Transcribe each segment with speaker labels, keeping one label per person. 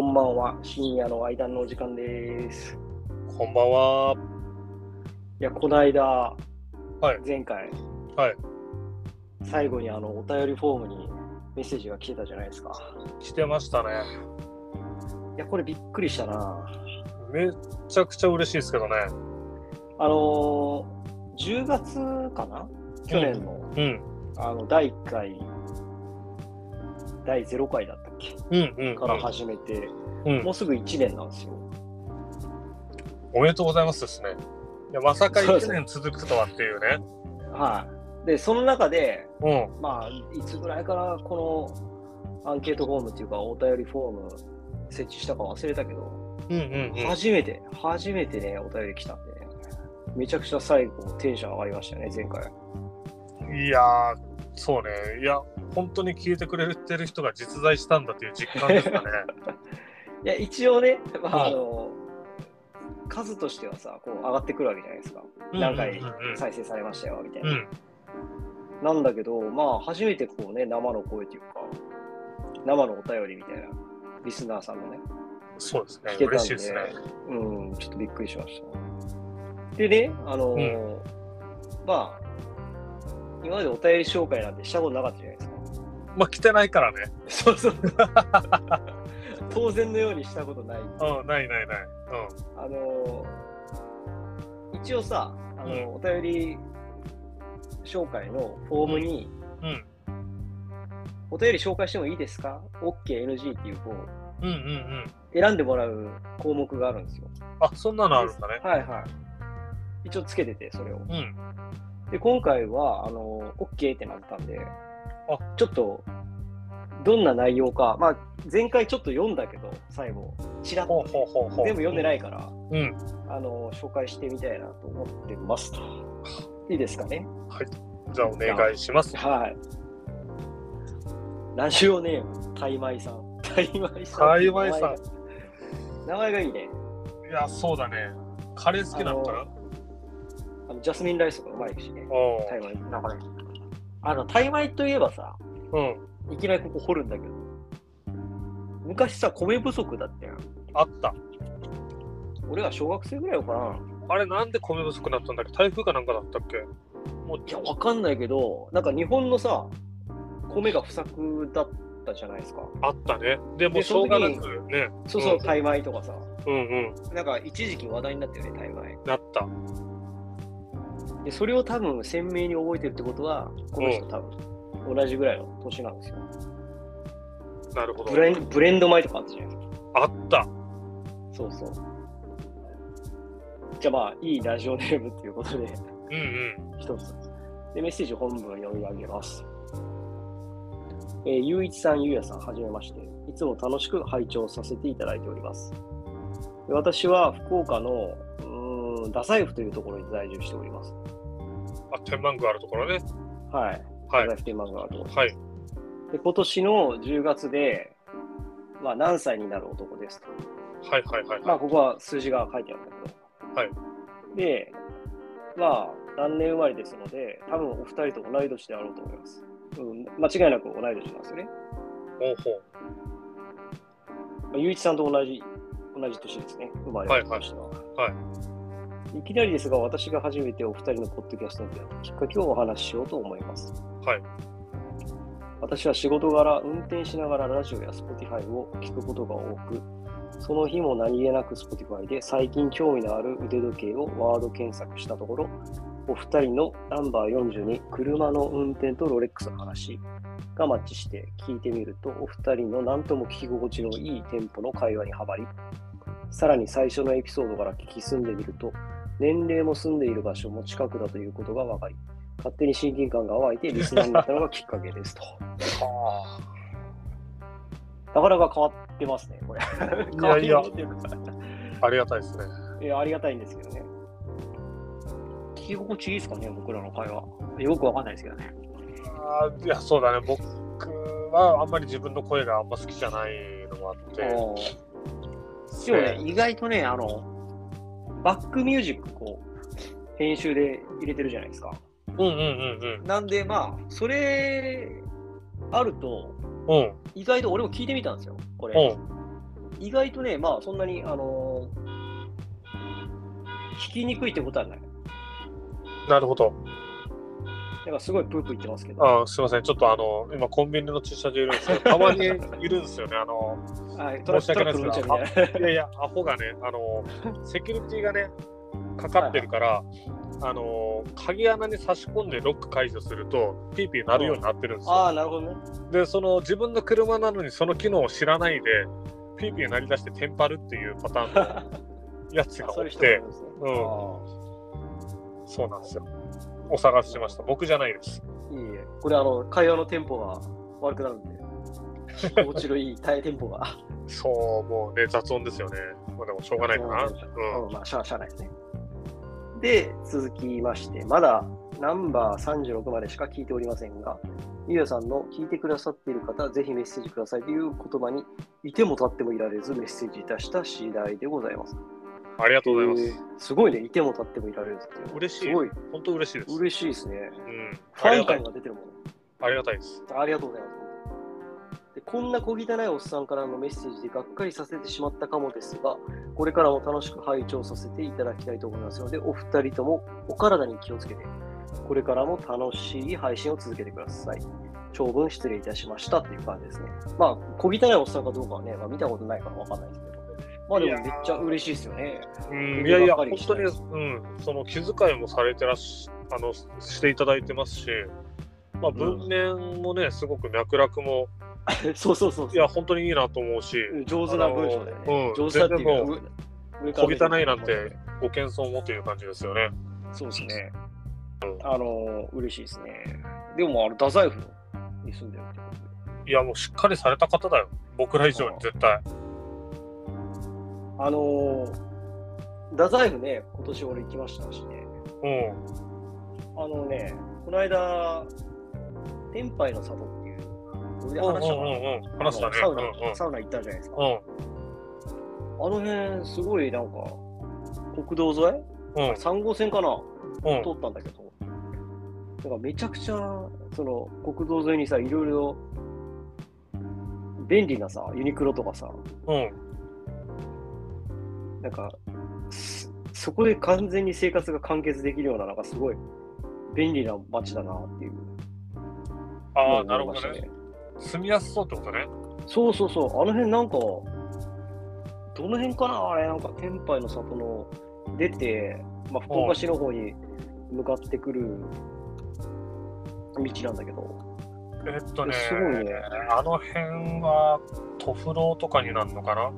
Speaker 1: んばんは、深夜の間のお時間です。
Speaker 2: こんばんは。
Speaker 1: いや、この間、
Speaker 2: い
Speaker 1: 前回、
Speaker 2: はい
Speaker 1: 最後にあのお便りフォームにメッセージが来てたじゃないですか。
Speaker 2: 来てましたね。
Speaker 1: いや、これびっくりしたな。
Speaker 2: めっちゃくちゃ嬉しいですけどね。
Speaker 1: あのー、10月かな去年の,、
Speaker 2: うん。
Speaker 1: あの第1回、第0回だったっけ、
Speaker 2: うんうん、
Speaker 1: から始めて、
Speaker 2: うんうん
Speaker 1: もうすぐ1年なんですよ。
Speaker 2: おめでとうございますですね。いやまさか
Speaker 1: そうです
Speaker 2: 1年続くとはっていうね。
Speaker 1: はい。で、その中で、
Speaker 2: うん。
Speaker 1: まあ、いつぐらいからこのアンケートフォームっていうか、お便りフォーム設置したか忘れたけど、
Speaker 2: うんうんうん。
Speaker 1: 初めて、初めてね、お便り来たんで、めちゃくちゃ最後、テンション上がりましたね、前回。
Speaker 2: いやー、そうね。いや、本当に聞いてくれてる人が実在したんだという実感で すかね。
Speaker 1: いや、一応ね、まあ、
Speaker 2: は
Speaker 1: あ
Speaker 2: い
Speaker 1: の、数としてはさ、こう上がってくるわけじゃないですか。何回再生されましたよ、みたい
Speaker 2: うんうんう
Speaker 1: な。
Speaker 2: ん。
Speaker 1: なんだけど、まあ、初めてこうね、生の声というか、生のお便りみたいな、リスナーさんのね、
Speaker 2: うんそうです
Speaker 1: 聞。け
Speaker 2: ね
Speaker 1: たんで
Speaker 2: 嬉しいですね。
Speaker 1: うん、ちょっとびっくりしました。でね、あのーまあ、今までお便り紹介なんてしたことなかったじゃないですか。
Speaker 2: まあ、来てないからね。
Speaker 1: そうそう。当然のようにしたことない。
Speaker 2: うん、ないないない。
Speaker 1: あのー一応さ、あのー
Speaker 2: う
Speaker 1: お便り紹介のフォームに、
Speaker 2: うん。うん。
Speaker 1: お便り紹介してもいいですか ?OK、NG っていう、こう、
Speaker 2: うんうんうん。
Speaker 1: 選んでもらう項目があるんですよ。
Speaker 2: あ、そんなのあるんだね。
Speaker 1: はいはい。一応つけてて、それを。
Speaker 2: うん。
Speaker 1: で、今回は、あの、OK ってなったんで、
Speaker 2: あ
Speaker 1: ちょっと、どんな内容か、まあ、前回ちょっと読んだけど、最後、ちらっ
Speaker 2: ほ
Speaker 1: と
Speaker 2: うほうほうほう。
Speaker 1: 全部読んで
Speaker 2: い。
Speaker 1: ないから、
Speaker 2: うん。
Speaker 1: あの、紹介してみたいなと思ってますと。 いいですかね
Speaker 2: じゃあ、お願いします。
Speaker 1: はい。ラジオネーム、タイマイさん。タイマイさん。
Speaker 2: タイマイさ
Speaker 1: 名前
Speaker 2: ん
Speaker 1: が。名前がいいね。
Speaker 2: いや、そうだね。カレー好きなのかな
Speaker 1: ああのジャスミンライスとかうまいしね。
Speaker 2: おう
Speaker 1: タイマイ、なんかね。あの、タイマイといえばさ、
Speaker 2: うん。
Speaker 1: いきなりここ掘るんだけど。昔さ、米不足だったやん。
Speaker 2: あった。
Speaker 1: 俺は小学生ぐらいかな。
Speaker 2: あれ、なんで米不足になったんだっけ台風かなんかだったっけもう、
Speaker 1: いや、わかんないけど、なんか日本のさ、米が不作だったじゃないですか。
Speaker 2: あったね。でも、
Speaker 1: で
Speaker 2: し
Speaker 1: その
Speaker 2: ょう
Speaker 1: 時
Speaker 2: が
Speaker 1: に
Speaker 2: なくね。
Speaker 1: そうそう、
Speaker 2: ん
Speaker 1: タイ米とかさ。
Speaker 2: うんうん。
Speaker 1: なんか一時期話題になったよね、タイ米。
Speaker 2: なった。
Speaker 1: で、それを多分鮮明に覚えてるってことは、この人多分同じぐらいの年なんですよ。
Speaker 2: なるほど
Speaker 1: ブ。レンブレンド米とかあったじゃないですか。
Speaker 2: あった。
Speaker 1: そうそう。じゃあまあ、いいラジオネームっていうことで。
Speaker 2: うんうん。
Speaker 1: 一つ。で、メッセージ本文読み上げます。えー、ゆういちさん、ゆうやさん、はじめまして。いつも楽しく拝聴させていただいております。で私は福岡の、うーん、太宰府というところに在住しております。
Speaker 2: あ、天満宮あるところね。
Speaker 1: はい。
Speaker 2: はい
Speaker 1: 太宰。府天満宮のところ
Speaker 2: はい。
Speaker 1: で、今年の10月で、まあ、何歳になる男ですと。
Speaker 2: はいはいはい
Speaker 1: ま
Speaker 2: は
Speaker 1: あ、ここは数字が書いてあるんだけど。
Speaker 2: はい。
Speaker 1: で、まあ、何年生まれですので、多分お二人と同い年であろうと思います。うん、間違いなく同い年なんですよね。
Speaker 2: い。ほうほう。
Speaker 1: まあ、ゆういちさんと同じ、同じ年ですね。生まれました。
Speaker 2: はい
Speaker 1: い。いきなりですが、私が初めてお二人のポッドキャストに出会ったきっかけをお話ししようと思います。
Speaker 2: はい。
Speaker 1: 私は仕事柄、運転しながらラジオや Spotify を聞くことが多く、その日も何気なく Spotify で最近興味のある腕時計をワード検索したところ、お二人のナンバー42、車の運転とロレックスの話がマッチして聞いてみると、お二人の何とも聞き心地のいいテンポの会話にはまり、さらに最初のエピソードから聞き進んでみると、年齢も住んでいる場所も近くだということが分かり、勝手に親近感が湧いてリスナーになったのがきっかけですと。
Speaker 2: は
Speaker 1: なかなか変わってますね、これ。変わり者っていうか
Speaker 2: あ。ありがたいですね。
Speaker 1: いや、ありがたいんですけどね。聞き心地いいですかね、僕らの会話。よくわかんないですけどね。
Speaker 2: あーいや、そうだね。僕はあんまり自分の声があんま好きじゃないのもあって。
Speaker 1: おーでもね、意外とね、あの、バックミュージックこう、編集で入れてるじゃないですか。
Speaker 2: うんうんうん
Speaker 1: なんで、まあ、それ、あると、
Speaker 2: うん。うん。
Speaker 1: 意外と俺も聞いてみたんですよ、これ。
Speaker 2: うん。
Speaker 1: 意外とね、まあ、そんなに、あのー聞きにくいってことはない。
Speaker 2: なるほど。
Speaker 1: なんかすごいプープー言ってますけど。
Speaker 2: あーすいません。ちょっとあの、今コンビニの駐車場いるんです けど、たまにいるんですよね。あの、
Speaker 1: はい、トラック
Speaker 2: 申し
Speaker 1: トラ
Speaker 2: 訳ない
Speaker 1: ック
Speaker 2: ですけど
Speaker 1: 乗っちゃうみたい
Speaker 2: いやいや、アホがね、あの、セキュリティがね、かかってるから、あの、鍵穴に差し込んでロック解除すると、ピーピー鳴るようになってるんです
Speaker 1: な。あ
Speaker 2: よ。
Speaker 1: あ、なるほどね。
Speaker 2: で、その自分の車なのにその機能を知らないで、ピーピー鳴り出してテンパるっていうパターンの やつが
Speaker 1: そうい
Speaker 2: 起
Speaker 1: う
Speaker 2: き
Speaker 1: 人もい
Speaker 2: て
Speaker 1: る、んですね。
Speaker 2: うん
Speaker 1: あ
Speaker 2: そうなんですよ。お探ししました。僕じゃないです。
Speaker 1: あいいえ。これ、あの、会話のテンポが悪くなるんで、心地のいい耐えテンポが。
Speaker 2: そう、もうね、雑音ですよね。まあでもしょうがないかな。
Speaker 1: そう
Speaker 2: うん。
Speaker 1: うん、まあ、しゃあ、しゃあないですね。で、続きまして、まだナンバー36までしか聞いておりませんが、ゆうやさんの聞いてくださっている方、ぜひメッセージくださいという言葉に、いても立ってもいられず、メッセージいたした次第でございます。
Speaker 2: ありがとうございます。
Speaker 1: えーすごいね、いても立ってもいられるっていうの
Speaker 2: 嬉しい
Speaker 1: すごい
Speaker 2: 本当嬉しいです。
Speaker 1: 嬉しいですね。
Speaker 2: うん。
Speaker 1: フ
Speaker 2: あり
Speaker 1: ァ
Speaker 2: が
Speaker 1: ン
Speaker 2: たい
Speaker 1: 感。が出てるもん。
Speaker 2: ありがたいです。
Speaker 1: ありがとうございます。でこんな小汚いおっさんからのメッセージでがっかりさせてしまったかもですが、これからも楽しく拝聴させていただきたいと思いますので、お二人ともお体に気をつけて、これからも楽しい配信を続けてください。長文失礼いたしましたっていう感じですね。まあ、小汚いおっさんかどうかはね、まあ、見たことないからわかんないですけど、まあでもめっちゃ嬉しいですよね。
Speaker 2: うん。
Speaker 1: 僕
Speaker 2: いやいや、
Speaker 1: ばっ
Speaker 2: 本
Speaker 1: かり
Speaker 2: 当に、うん。その気遣いもされてらっし、あの、していただいてますし、まあ、文面もね、すごく脈絡も、
Speaker 1: そうそうそうそう
Speaker 2: いや、本当にいいなと思うし、
Speaker 1: 上手な文章だよ
Speaker 2: あの
Speaker 1: ね
Speaker 2: う。ん
Speaker 1: 上手だっていう
Speaker 2: 全然
Speaker 1: か
Speaker 2: も
Speaker 1: 上上から目線
Speaker 2: 小汚いなんて。ご謙遜もという感じですよね。
Speaker 1: そうですね。あの、嬉しいですね。でも、あれ、太宰府に住んでるってこ
Speaker 2: いや、もうしっかりされた方だよ。僕ら以上に絶対。
Speaker 1: とあの、太宰府ね、今年俺行きましたしね。
Speaker 2: うん。
Speaker 1: あのね、この間、天杯の里っていう、これで
Speaker 2: うんうん
Speaker 1: 話したかな
Speaker 2: うんうん。話したね。
Speaker 1: あのサウ
Speaker 2: うんうん
Speaker 1: ナ、サウナ行ったじゃないですか。
Speaker 2: うん。
Speaker 1: あの辺、すごいなんか、国道沿い
Speaker 2: うん。
Speaker 1: ?3 号線かな
Speaker 2: うん。
Speaker 1: 通ったんだけど、なんかめちゃくちゃ、その、国道沿いにさ、いろいろ、便利なさ、ユニクロとかさ、
Speaker 2: うん。
Speaker 1: なんか、すそこで完全に生活が完結できるような、なんかすごい便利な街だなっていう。
Speaker 2: あ
Speaker 1: も
Speaker 2: あ、
Speaker 1: う
Speaker 2: なる
Speaker 1: 思
Speaker 2: ほ
Speaker 1: いま
Speaker 2: ど
Speaker 1: した
Speaker 2: ね。。住みやすそうってことね。
Speaker 1: そうそうそう、あの辺なんか、どの辺かなあれ、なんか天杯の里の出て、まあ、福岡市の方に向かってくる道なんだけど、
Speaker 2: えっとね、
Speaker 1: すごいね
Speaker 2: あの辺はトフローとかになるのかな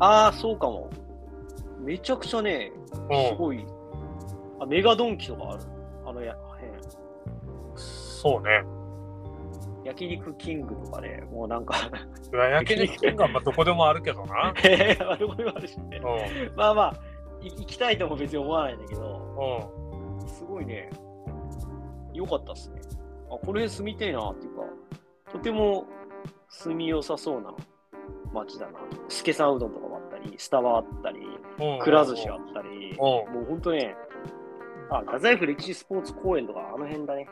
Speaker 1: ああ、そうかも。めちゃくちゃね、す
Speaker 2: う
Speaker 1: ごい。あ、メガドンキとかある。あのや辺。
Speaker 2: ん。そうね。
Speaker 1: 焼肉キングとかね、もうなんか、
Speaker 2: いや焼肉店がまあどこでもあるけどな。
Speaker 1: へへあれもあるしね。
Speaker 2: うん。
Speaker 1: まあまあ、い行きたいとも別に思わないんだけど、
Speaker 2: う
Speaker 1: すごいね、良かったっすね。あ、この辺住みたいなっていうか、とても住みよさそうな街だな。スケさんうどんとかもあったり、スタバあったり、
Speaker 2: ん。うん。
Speaker 1: くら寿司あったり、
Speaker 2: うん。
Speaker 1: もうほんとね、あ、太宰府歴史スポーツ公園とか、あの辺だね。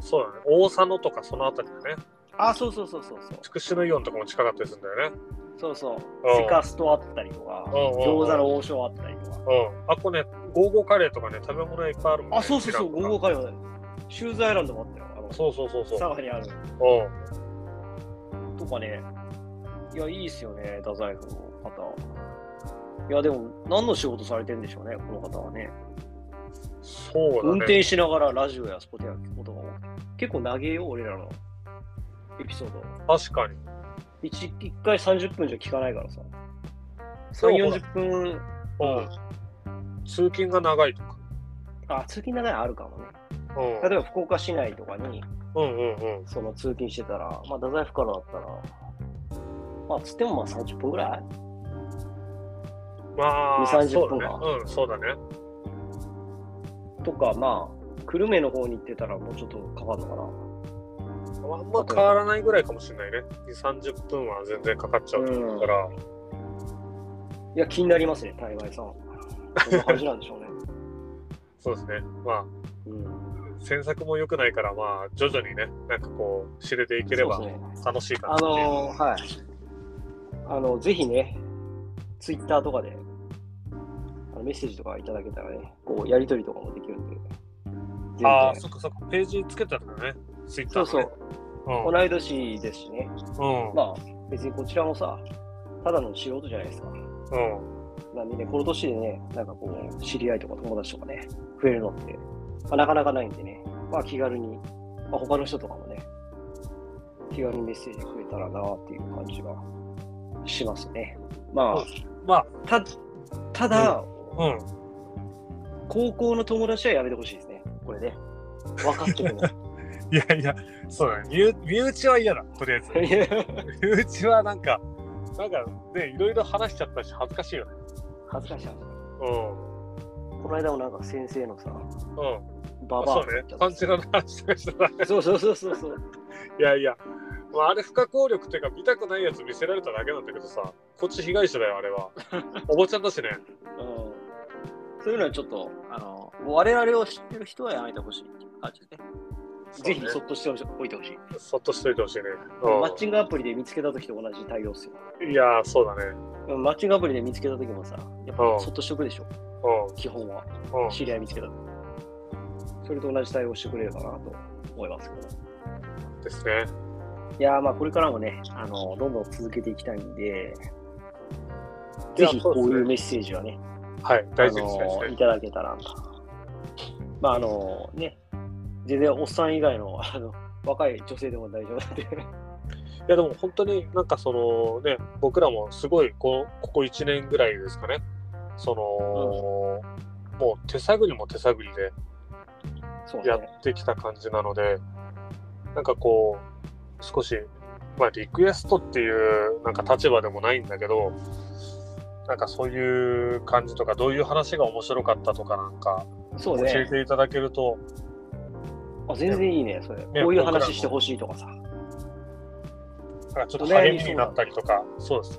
Speaker 2: そうだね。大佐野とかそのあたりだね。
Speaker 1: あ、そうそうそうそうそう。
Speaker 2: 筑紫のイオンとかも近かったりするんだよね。
Speaker 1: そうそう。
Speaker 2: うん
Speaker 1: セカストあったりとか、
Speaker 2: うんうんうん
Speaker 1: 餃子の王将あったりとか。
Speaker 2: うん。あ、ここね、ゴーゴーカレーとかね、食べ物いっぱいあるもん、ね。
Speaker 1: あ、そうそうそう、
Speaker 2: 知ら
Speaker 1: ゴ
Speaker 2: ん
Speaker 1: ー
Speaker 2: とか
Speaker 1: ゴーカレーシューズアイランドもあったよ。あの、
Speaker 2: そうそうそうそう。
Speaker 1: 佐賀にある。
Speaker 2: うん。
Speaker 1: とかね。いや、いいっすよね、太宰府の方。いや、でも、何の仕事されてるんでしょうね、この方はね。
Speaker 2: そうだね。
Speaker 1: 運転しながらラジオやスポティア聞くことが多くて結構長えよ、俺らのエピソード。
Speaker 2: 確かに。
Speaker 1: 一一回30分じゃ聞かないからさ。
Speaker 2: そう
Speaker 1: 3、40分、
Speaker 2: うん。通勤が長いとか。
Speaker 1: あ、通勤長いのあるかもね。
Speaker 2: うん。
Speaker 1: 例えば、福岡市内とかに、
Speaker 2: うんうんうん。
Speaker 1: その通勤してたら、まあ、太宰府からだったら、まあ、つってもまあ30分ぐらい
Speaker 2: まあ、
Speaker 1: 2 30
Speaker 2: そうだ
Speaker 1: 分か
Speaker 2: ね。うん、そうだね。
Speaker 1: とか、まあ、久留米の方に行ってたらもうちょっとかかるのかな。
Speaker 2: あんま変わらないぐらいかもしれないね。2、30分は全然かかっちゃうと思うから。
Speaker 1: いや、気になりますね、大概さん。そんな感じなんでし ょうね。
Speaker 2: そうですね。ま
Speaker 1: うん、
Speaker 2: あ、詮索も良くないから、まあ、徐々にね、なんかこう、知れていければ
Speaker 1: そうそう
Speaker 2: 楽しいかな
Speaker 1: あ
Speaker 2: っていう。
Speaker 1: のーはい。あの、ぜひね、ツイッターとかで、あのメッセージとかいただけたらね、こう、やりとりとかもできるんで、全
Speaker 2: ああ、
Speaker 1: 然
Speaker 2: そっかそっか。ページつけたんだね。ツイッタ
Speaker 1: そう
Speaker 2: ー
Speaker 1: そ
Speaker 2: の
Speaker 1: う
Speaker 2: ね。、
Speaker 1: 同い年ですしね、
Speaker 2: うん。うん。
Speaker 1: まあ、別にこちらもさ、ただの素人じゃないですか。
Speaker 2: うん。
Speaker 1: なんでね、この年でね、なんかこう、知り合いとか友達とかね、増えるのって、まあ、なかなかないんでね、まあ気軽に、まあ、他の人とかもね、気軽にメッセージくれたらなっていう感じがしますね。ま
Speaker 2: そう
Speaker 1: あ、
Speaker 2: まあ、
Speaker 1: た、ただ、
Speaker 2: うん。
Speaker 1: 高校の友達はやめてほしいですね、これね。分かってる の。
Speaker 2: いやいや、そうだね。身内身内は嫌だ、とりあえず。身内はなんか、なんかね、いろいろ話しちゃったし、恥ずかしいよね。
Speaker 1: 恥ずかしい話。
Speaker 2: うん。
Speaker 1: この間もなんか先生のさ、
Speaker 2: うん。
Speaker 1: ババア
Speaker 2: そ
Speaker 1: っ
Speaker 2: う
Speaker 1: て言
Speaker 2: ね
Speaker 1: っちゃ。っ
Speaker 2: パ
Speaker 1: た
Speaker 2: ンチラの話とかしてた。
Speaker 1: そうそうそうそうそう。
Speaker 2: いやいや、まあ、あれ不可抗力っていうか、見たくないやつ見せられただけなんだけどさ、こっち被害者だよ、あ れは。おばちゃんだしね。
Speaker 3: うんそういうのはちょっと、あの、もう我々を知ってる人はやめてほしいっていう感じですね。
Speaker 1: ぜひそっとしておいてほしい。
Speaker 2: そっとしといてほしいね。
Speaker 1: マッ
Speaker 2: う
Speaker 1: チングアプリで見つけたときと同じ対応っすよ。
Speaker 2: ん、いやー、そうだね。
Speaker 1: うんマッチングアプリで見つけたときもさ、やっ
Speaker 2: う
Speaker 1: ぱ
Speaker 2: ん
Speaker 1: そっとしとくでしょ、
Speaker 2: う
Speaker 1: 基本は。
Speaker 2: ん、うん。
Speaker 1: 知り合い見つけたとそれと同じ対応してくれればなと思いますけど。
Speaker 2: ですね。
Speaker 1: いやー、まあこれからもね、あの、どんどん続けていきたいんで、
Speaker 2: い
Speaker 1: ぜ
Speaker 2: や
Speaker 1: ひこ
Speaker 2: そうですね
Speaker 1: ういうメッセージはね、
Speaker 2: はい、大事
Speaker 1: あ
Speaker 2: に
Speaker 1: の
Speaker 2: したいです
Speaker 1: い
Speaker 2: ね。
Speaker 1: ただけたらなと。まああのね、全然おっさん以外の あの若い女性でも大丈夫なんで。
Speaker 2: いや、でも本当になんかそのね、僕らもすごいこう、ここ1年ぐらいですかね、その、もう手探りも手探りで
Speaker 1: そう
Speaker 2: や
Speaker 1: ね。
Speaker 2: ってきた感じなので、なんかこう、少し、まあ、リクエストっていうなんか立場でもないんだけど、なんかそういう感じとか、どういう話が面白かったとかなんか、
Speaker 1: そう
Speaker 2: 教え
Speaker 1: ね。
Speaker 2: ていただけると、
Speaker 1: あ全然いいね、それ。こういう話してほしいとかさ。
Speaker 2: なんかちょっと励みになったりとか、そうですね、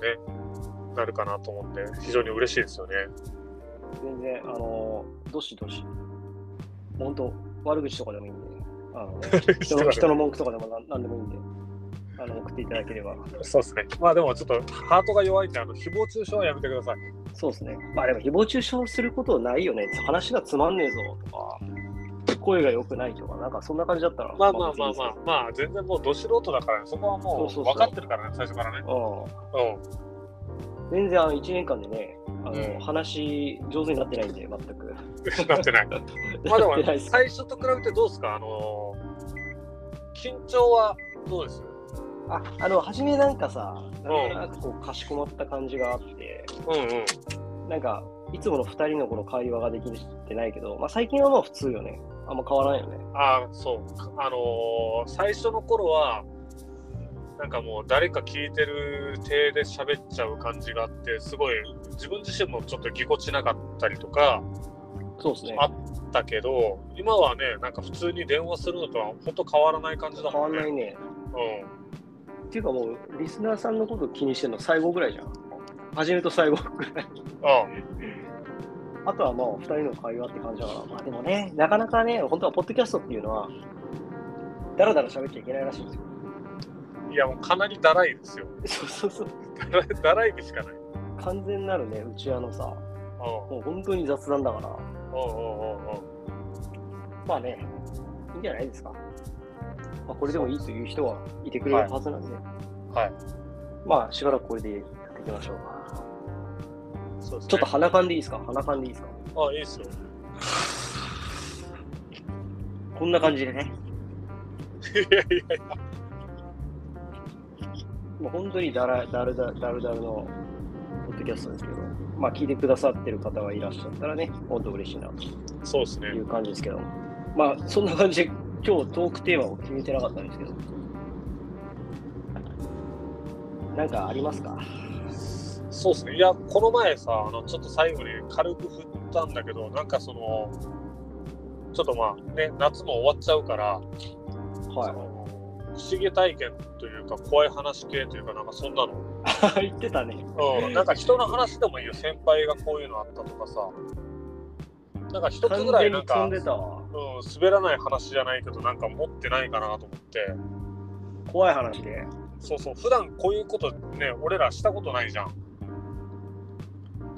Speaker 2: なるかなと思って、非常に嬉しいですよね。
Speaker 1: 全然、あのーどしどし。本当、悪口とかでもいいんで、あ のね人の人の文句とかでもなんなんでもいいんで、あの送っていただければ。
Speaker 2: そうですね。まあでもちょっとハートが弱いんで、あの、誹謗中傷はやめてください。
Speaker 1: そうですね。まあでも、誹謗中傷することないよね、話がつまんねえぞとか、声が良くないとか、なんかそんな感じだったら。
Speaker 2: まあまあまあ
Speaker 1: 別
Speaker 2: ま
Speaker 1: にいい
Speaker 2: あ、まあ全然もうど素人だから、ね、そこはも
Speaker 1: そう
Speaker 2: う
Speaker 1: そうそう
Speaker 2: 分かってるからね、最初からね。
Speaker 1: ですよ
Speaker 2: う
Speaker 1: うん。全然、あの、1年間でね、あの、
Speaker 2: うん
Speaker 1: 話上手になってないんで、全く。
Speaker 2: ん。なってない。 まあで
Speaker 1: なってない
Speaker 2: も、
Speaker 1: です
Speaker 2: 最初と比べてどうですかあのー、緊張はどうです
Speaker 1: あ、あの、初めなんかさ、なんとなくこう、かしこまった感じがあって、
Speaker 2: うんうん。
Speaker 1: なんか、いつもの2人のこの会話ができてないけど、まあ、最近はまあ普通よね。あんま変わらないよね。
Speaker 2: ああ、そう。あのー、最初の頃は、なんかもう誰か聞いてる体で喋っちゃう感じがあって、すごい自分自身もちょっとぎこちなかったりとか、
Speaker 1: そうですね
Speaker 2: あったけど今はねなんか普通に電話するのとはほんと変わらない感じだ
Speaker 1: 変
Speaker 2: も
Speaker 1: わ
Speaker 2: ん
Speaker 1: ん
Speaker 2: ね
Speaker 1: ないね。っていうかもう、リスナーさんのこと気にしてるの最後ぐらいじゃん。初めと最後ぐらい。
Speaker 2: う
Speaker 1: あとはまあ、2人の会話って感じだから。まあでもね、なかなかね、本当はポッドキャストっていうのは、だらだら喋っちゃいけないらしいんですよ。
Speaker 2: ん、うん、いやもうかなりだらいですよ
Speaker 1: そうそうそう。
Speaker 2: だらいだらいでしかない
Speaker 1: 完全なるね、うちわのさ、
Speaker 2: うん
Speaker 1: もう本当に雑談だから。
Speaker 2: うんうんうんうん
Speaker 1: まあね、いいんじゃないですか。まあ、これでもいいという人はいてくれるはずなんで。
Speaker 2: はい
Speaker 1: まあ、しばらくこれでやっていきましょうか。
Speaker 2: そうですね
Speaker 1: ちょっと鼻かんでいいですか鼻かんでいいですか
Speaker 2: あいいですよ
Speaker 1: こんな感じでね。
Speaker 2: いやいやいや
Speaker 1: もう本当にだらだるだだるだるのポッドキャストですけど、まあ、聞いてくださってる方がいらっしゃったらね、本当嬉しいなと
Speaker 2: そうですね
Speaker 1: いう感じですけど、まあ、そんな感じで今日トークテーマを決めてなかったんですけど、なんかありますか
Speaker 2: そうですねいやこの前さあのちょっと最後に軽く振ったんだけどなんかそのちょっとまあね夏も終わっちゃうから、
Speaker 1: は
Speaker 2: そ
Speaker 1: い。
Speaker 2: の不思議体験というか怖い話系というかなんかそんなの
Speaker 1: 言ってたね。
Speaker 2: うん、なんか人の話でもいいよ先輩がこういうのあったとかさなんか一つ
Speaker 1: 完
Speaker 2: ぐらい
Speaker 1: 全に
Speaker 2: なん
Speaker 1: 積
Speaker 2: か、うんん、
Speaker 1: でたわ。
Speaker 2: 滑らない話じゃないけどなんか持ってないかなと思って
Speaker 1: 怖い話で。
Speaker 2: そうそう普段こういうことね俺らしたことないじゃん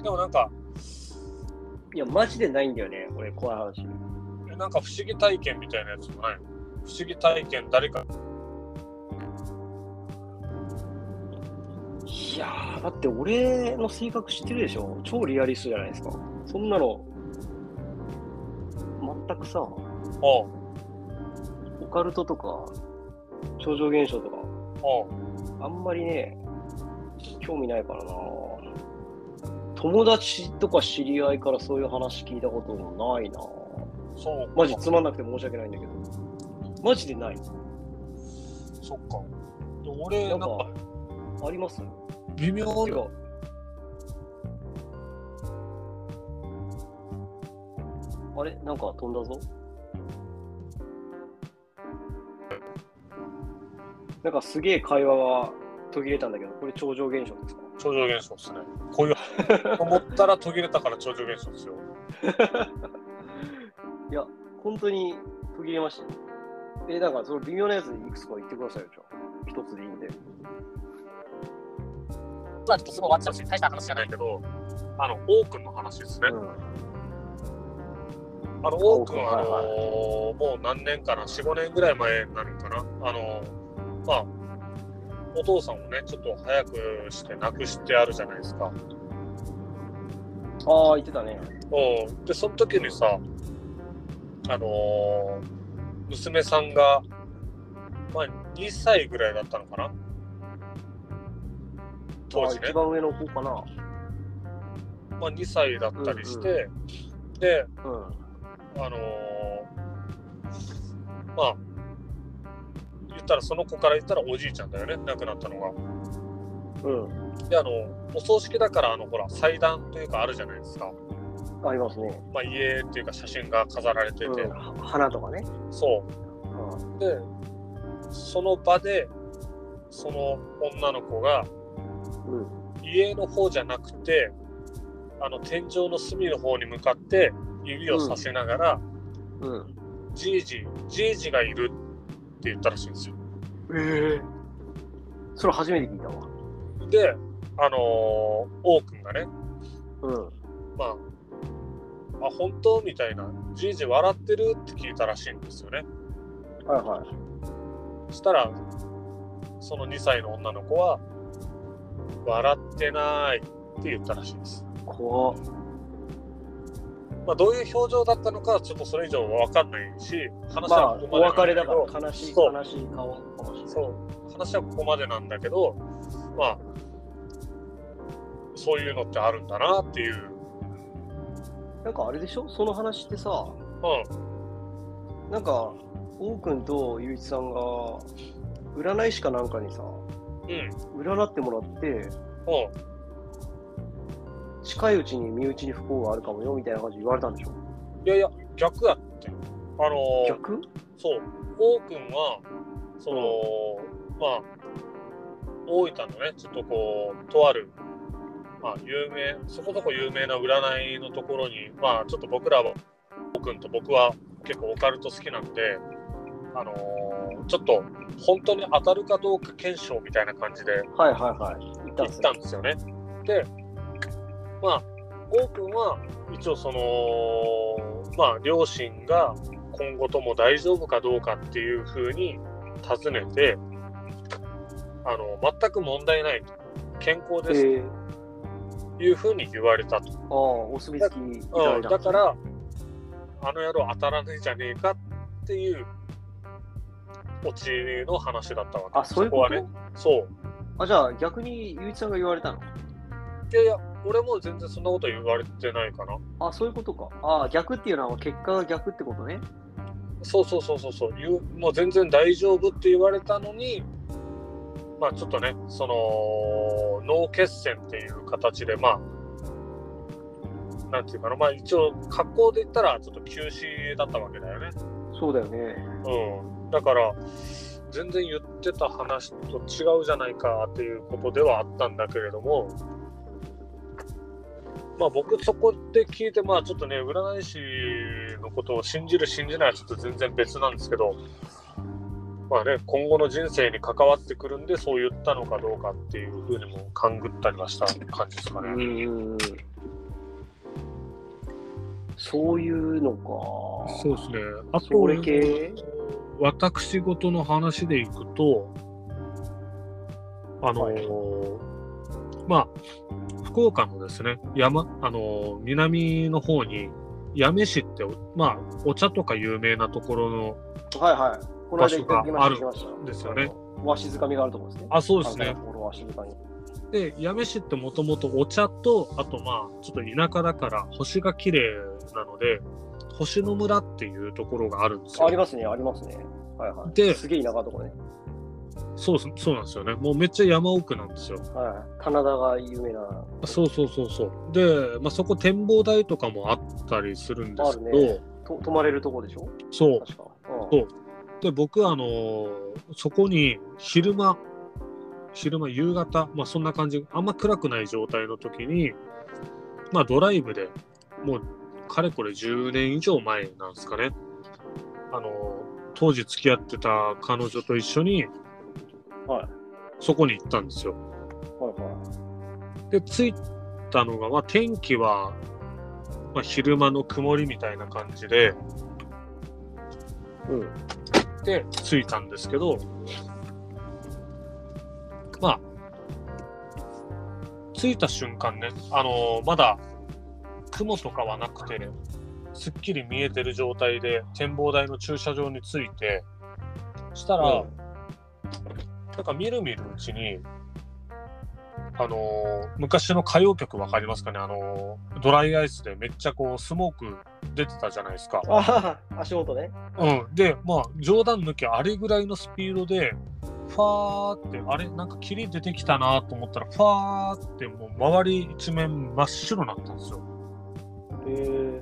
Speaker 2: でもなんか
Speaker 1: いや、マジでないんだよね、これ、怖い話。
Speaker 2: なんか不思議体験みたいなやつもないの不思議体験誰か
Speaker 1: いやー、だって俺の性格知ってるでしょ超リアリストじゃないですか。そんなの、全くさ、オ
Speaker 2: おう
Speaker 1: カルトとか、超常現象とか、
Speaker 2: おう
Speaker 1: あんまりね、興味ないからな友達とか知り合いからそういう話聞いたこともないな
Speaker 2: そうか
Speaker 1: マジつまんなくて申し訳ないんだけど。マジでない。
Speaker 2: そっかで俺
Speaker 1: な
Speaker 2: なんん
Speaker 1: か
Speaker 2: か
Speaker 1: あります
Speaker 2: 微妙
Speaker 1: て
Speaker 2: な
Speaker 1: か、あれなんか飛んだぞ。なんかすげえ会話が途切れたんだけど、これ超常現象ですか
Speaker 2: 超常現象ですねこういう思ったら途切れたから超常現象ですよ
Speaker 1: いや、本当に途切れましたよ。え、だからその微妙なやついくつか言ってくださいよ、じゃあ。一つでいいんで。
Speaker 2: まあちょっとすごい終わっちゃうし大した話じゃないけどあのオークンの話ですね、
Speaker 1: う
Speaker 2: あの多く
Speaker 1: 多く
Speaker 2: はあのもう何年かな45年ぐらい前になるかなあのまあお父さんをねちょっと早くして亡くしてあるじゃないですか。
Speaker 1: ん、ああ、言ってたね。
Speaker 2: うんでその時にさあの娘さんが、まあ、2歳ぐらいだったのかな当
Speaker 1: あ
Speaker 2: 時
Speaker 1: ー
Speaker 2: ね
Speaker 1: 一、番上の子かな。
Speaker 2: まあ、2歳だったりして、で
Speaker 1: うん。
Speaker 2: あのーまあ言ったらその子から言ったらおじいちゃんだよね亡くなったのが。
Speaker 1: うん。
Speaker 2: であのお葬式だからあのほら祭壇というかあるじゃないですか、
Speaker 1: ありますね。
Speaker 2: まあ、家っていうか写真が飾られてて、
Speaker 1: うん、花とかね。
Speaker 2: そ
Speaker 1: うん
Speaker 2: うでその場でその女の子が
Speaker 1: うん
Speaker 2: 家の方じゃなくてあの天井の隅の方に向かって指をさせながら、
Speaker 1: うん。
Speaker 2: じいじじいじがいるって言ったらしいんですよ。
Speaker 1: ええそれ初めて聞いたわ。
Speaker 2: で、あのー、王くんがね、
Speaker 1: うん。
Speaker 2: まあ、あ、本当みたいな、じいじ笑ってるって聞いたらしいんですよね。
Speaker 1: はいはい。
Speaker 2: そしたら、その2歳の女の子は、笑ってないって言ったらしいです。
Speaker 1: 怖っ。
Speaker 2: まあ、どういう表情だったのかはちょっとそれ以上は分かんないし、話
Speaker 1: ま
Speaker 2: は
Speaker 1: あ
Speaker 2: こ、こ
Speaker 1: お
Speaker 2: まで
Speaker 1: 別
Speaker 2: なん
Speaker 1: れ
Speaker 2: だ
Speaker 1: だ
Speaker 2: け
Speaker 1: か
Speaker 2: ど、
Speaker 1: ら悲しい、
Speaker 2: そう
Speaker 1: 悲しい顔かもしれない。
Speaker 2: そう、話はここまでなんだけど、まあ、そういうのってあるんだなっていう。
Speaker 1: なんかあれでしょその話ってさ、
Speaker 2: うん、
Speaker 1: なんか、王くんとゆういちさんが、占い師かなんかにさ、
Speaker 2: うん、
Speaker 1: 占ってもらって、
Speaker 2: うん。
Speaker 1: 近いうちに身内に不幸があるかもよ、みたいな感じで言われたんでしょ
Speaker 2: いやいや、逆やって。あのー、
Speaker 1: 逆
Speaker 2: そう、王くんは、その、まあ、大分のね、ちょっとこう、とある、まあ、有名、そこそこ有名な占いのところに、まあ、ちょっと僕らは、王くんと僕は結構オカルト好きなんで、あのーちょっと、本当に当たるかどうか検証みたいな感じで
Speaker 1: はいはいはい。言った
Speaker 2: 行
Speaker 1: ん
Speaker 2: っ
Speaker 1: す
Speaker 2: た
Speaker 1: ね
Speaker 2: んですよね。で、まあ、ゴーくんは一応その、まあ、両親が今後とも大丈夫かどうかっていうふうに尋ねて、あの、全く問題ないと。健康です
Speaker 1: えー
Speaker 2: というふうに言われたと。
Speaker 1: ああ、お墨付きいただ
Speaker 2: う
Speaker 1: い
Speaker 2: ん、
Speaker 1: たんで
Speaker 2: だ
Speaker 1: すね
Speaker 2: から、あの野郎当たらねえじゃねえかっていう、オチの話だったわけ。
Speaker 1: あ、そういうこ
Speaker 2: そこはね
Speaker 1: と。
Speaker 2: そう。
Speaker 1: あ、じゃあ逆にゆういちさんが言われたの
Speaker 2: いやいや、俺も全然そんなこと言われてないかな。
Speaker 1: あ、そういうことか。ああ、逆っていうのは結果が逆ってことね。
Speaker 2: そうそうそうそうそう言うもう全然大丈夫って言われたのにまあちょっとねその脳血栓っていう形でまあなんていうかなまあ一応格好で言ったらちょっと休止だったわけだよね
Speaker 1: そうだよね。
Speaker 2: うんだから全然言ってた話と違うじゃないかっていうことではあったんだけれどもまあ僕そこで聞いてまあちょっとね占い師のことを信じる信じないはちょっと全然別なんですけどまあね、今後の人生に関わってくるんで、そう言ったのかどうかっていうふうにも勘ぐったりはした感じですか
Speaker 1: う
Speaker 2: ね。
Speaker 1: ーん。そういうのか。
Speaker 2: そうですね。あと、
Speaker 1: それ系
Speaker 2: 私事の話でいくと、あのーまあ、福岡のですね、山、あのー南の方に、八女市って、まあ、お茶とか有名なところの、
Speaker 1: はいはい。この間行ってきました。行きました
Speaker 2: ですよね。
Speaker 1: わしづかみがあると思うんですね。
Speaker 2: あ、そうで
Speaker 1: 関
Speaker 2: す
Speaker 1: 西の
Speaker 2: ね
Speaker 1: と。ころわしづかみ。
Speaker 2: で、八女市ってもともとお茶と、あとまあ、ちょっと田舎だから、星が綺麗なので、星の村っていうところがあるんですよ。
Speaker 1: ありますね、ありますね。はいはい。
Speaker 2: です
Speaker 1: げえ田舎のとこね。
Speaker 2: そうですそうなんですよね。もうめっちゃ山奥なんですよ。
Speaker 1: はい。棚田が有名な。
Speaker 2: そうそうそうそう。で、まあ、そこ展望台とかもあったりするんですけ
Speaker 1: あ
Speaker 2: ど、
Speaker 1: るねと泊まれるとこでしょ
Speaker 2: そう。
Speaker 1: 確か。
Speaker 2: そうで、僕、あのーそこに昼間、昼間、夕方、まあ、そんな感じ、あんま暗くない状態の時に、まあ、ドライブでもう、かれこれ10年以上前なんですかね。あのー当時付き合ってた彼女と一緒に、
Speaker 1: はい
Speaker 2: そこに行ったんですよ。
Speaker 1: うん。はいはい。
Speaker 2: で、着いたのが、まあ、天気は、まあ、昼間の曇りみたいな感じで、
Speaker 1: うん。
Speaker 2: で、着いたんですけど、まあ、着いた瞬間ね、あのーまだ雲とかはなくて、すっきり見えてる状態で展望台の駐車場に着いて、したら、なんかみるみるうちに、あのー昔の歌謡曲わかりますかね、あのードライアイスでめっちゃこうスモーク出てたじゃないですか。
Speaker 1: あはは足元ね。
Speaker 2: うん、で、まあ、冗談抜き、あれぐらいのスピードで、ファーって、あれ、なんか霧出てきたなと思ったら、ファーって、もう周り一面真っ白になったんですよ。
Speaker 1: へえ。